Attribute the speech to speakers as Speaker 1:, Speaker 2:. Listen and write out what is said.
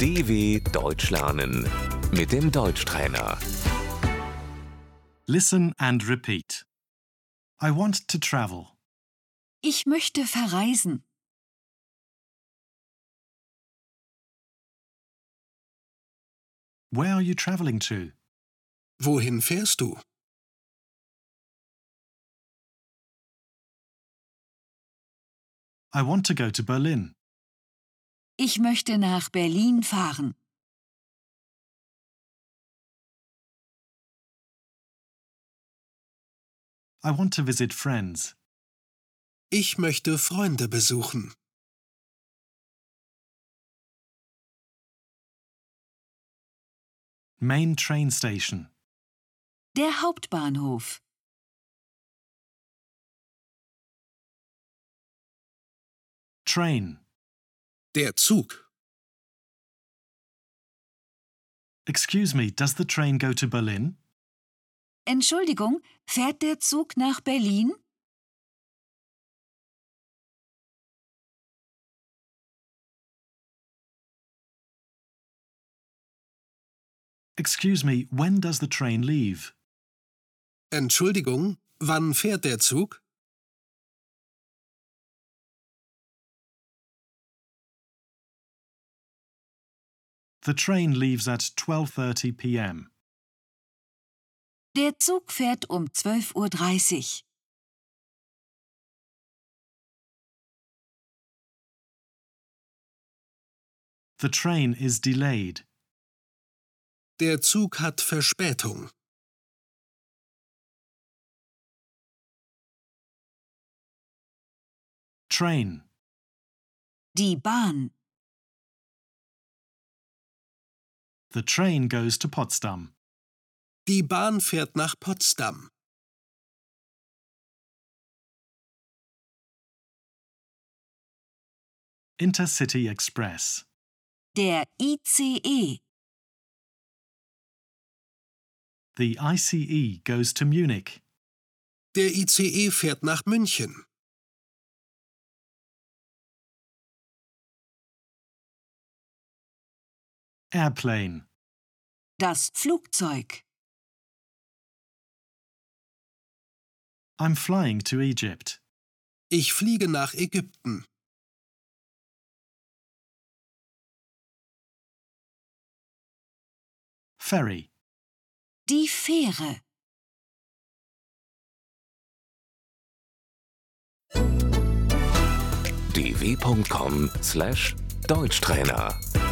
Speaker 1: DW Deutsch lernen mit dem Deutschtrainer.
Speaker 2: Listen and repeat. I want to travel.
Speaker 3: Ich möchte verreisen.
Speaker 2: Where are you traveling to?
Speaker 4: Wohin fährst du?
Speaker 2: I want to go to Berlin.
Speaker 3: Ich möchte nach Berlin fahren.
Speaker 2: I want to visit friends.
Speaker 4: Ich möchte Freunde besuchen.
Speaker 2: Main train station.
Speaker 3: Der Hauptbahnhof.
Speaker 2: Train.
Speaker 4: Der Zug.
Speaker 2: Excuse me, does the train go to Berlin?
Speaker 3: Entschuldigung, fährt der Zug nach Berlin?
Speaker 2: Excuse me, when does the train leave?
Speaker 4: Entschuldigung, wann fährt der Zug?
Speaker 2: The train leaves at 12:30 p.m.
Speaker 3: Der Zug fährt um 12.30 Uhr.
Speaker 2: The train is delayed.
Speaker 4: Der Zug hat Verspätung.
Speaker 2: Train.
Speaker 3: Die Bahn.
Speaker 2: The train goes to Potsdam.
Speaker 4: Die Bahn fährt nach Potsdam.
Speaker 2: Intercity Express.
Speaker 3: Der E. ICE.
Speaker 2: The ICE goes to Munich.
Speaker 4: Der ICE fährt nach München.
Speaker 2: Airplane.
Speaker 3: Das Flugzeug.
Speaker 2: I'm flying to Egypt.
Speaker 4: Ich fliege nach Ägypten.
Speaker 2: Ferry.
Speaker 3: Die Fähre.
Speaker 1: dw.com/deutschtrainer